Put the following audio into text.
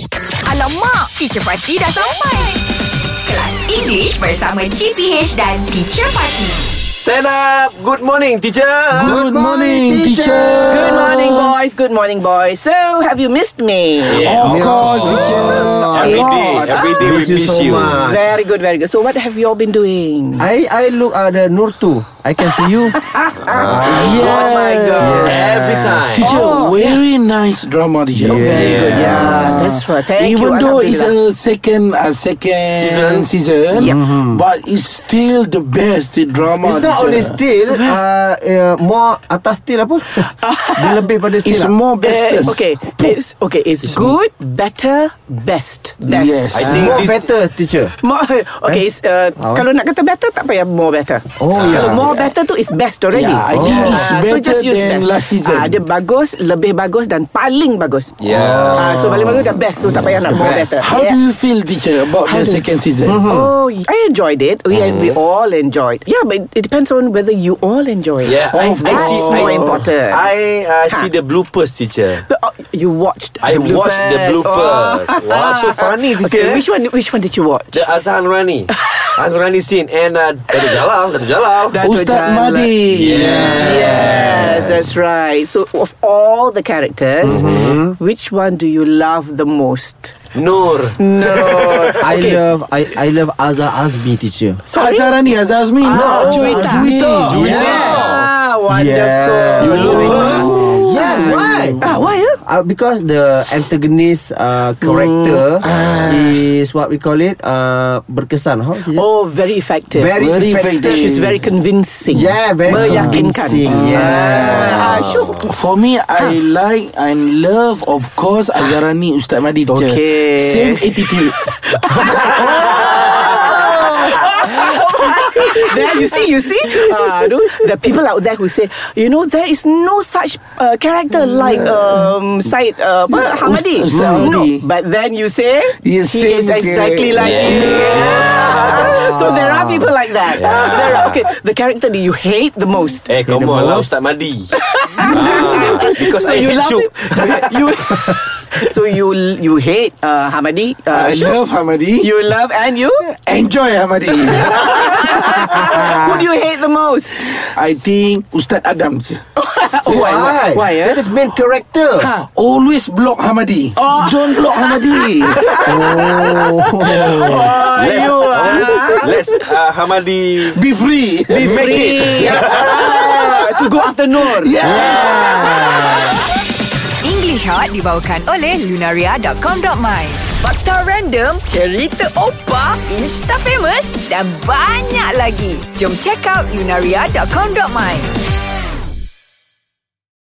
macam mak. Teacher Fatih dah sampai. Kelas English bersama GPH dan Teacher Fatih. Stand up. Good morning, teacher. Good morning, teacher. Good morning, boys. Good morning, boys. So, have you missed me? Of course, Oh, teacher. Every day, God. every day we miss you miss so you. much. Very good, very good. So, what have you all been doing? I I look at the Nurtu. I can see Oh you. my God. Every time. Teacher, Oh, very nice drama, teacher. Yeah. Very good. Yeah. Yeah, that's right. Thank you. Even though it's a Alhamdulillah. second uh, second Season. season, Mm-hmm. Yep. but it's still the best the drama. It's not teacher. only steel, uh, uh, more atas steel apa? Dia lebih pada steel. It's lah. more Eh, bestest. okay, it's okay. It's, good, better, best, best. Yes. I think more this- better, teacher. Eh? More, okay, it's, uh, kalau nak kata better tak payah more better. Oh, ya. Kalau more better tu is best already. Yeah, I think it's Ah, better than last season. Ah, dia bagus, lebih bagus dan paling bagus. Yeah. Ah, so paling bagus dah best, so tak payah nak more better. How Yeah. do you feel, teacher, about the second season? Hmm. Oh, I enjoyed it. We Mm-hmm. we all enjoyed. Yeah, but it depends on whether you all enjoy it. Yeah, Of course. That's more important. Ha. I uh, Huh. see the bloopers, teacher. The- oh, you watched. I the bloopers. watched the bloopers. Oh. Wow, so funny, teacher. Okay, which one? Which one did you watch? The Azhan Rani. Azhan Rani scene and uh, Dato Jalal, Dato Jalal. Dato' Ustaz Jalal. Madi. Yes, that's right. So, of all the characters, Mm-hmm. which one do you love the most? Nur. No, I Okay. love I I love Azhar Azmi, teacher. Sorry? Azharani, Azharani. Ah, no, Juwita. Juwita. Juwita. Ah, wonderful. Yeah. You love her? Yeah, why? Ah, why? ah? Uh, because the antagonist uh, character is what we call it uh, berkesan. How? do you- Oh, very effective. Very Very effective. effective. She's very convincing. Yeah, very Meyakinkan. convincing. Ah, Yeah. sure. For me, Ah. I like and love, of course, Azharani Ustaz Madi teacher. Okay. Same attitude. there you see, you see. Ah, no, the people out there who say, you know, there is no such uh, character like um, Said uh, Mm. apa, Hamadi. Ust- Ustaz no, Hamadi. but then you say He he is is, same exactly character. like you. So there are people like that. There are, okay, the character that you hate the most. Eh, come the on lah most. Ustaz Madi. ah, because so I you hate love you. it. you, so you you hate uh, Hamadi. Uh, I Shuk? love Hamadi. You love and you? Enjoy Hamadi. Who do you hate the most? I think Ustaz Adam je. Oh, why? Why? why eh? That is main character. Ah. Always block Hamadi. Oh. Don't block Hamadi. Oh, you are. Let's uh, Hamadi Be free. Be Make free. Ah, to go after Noor. English Hot dibawakan oleh Lunaria.com.my Fakta random, cerita opa, insta famous dan banyak lagi. Jom check out Lunaria.com.my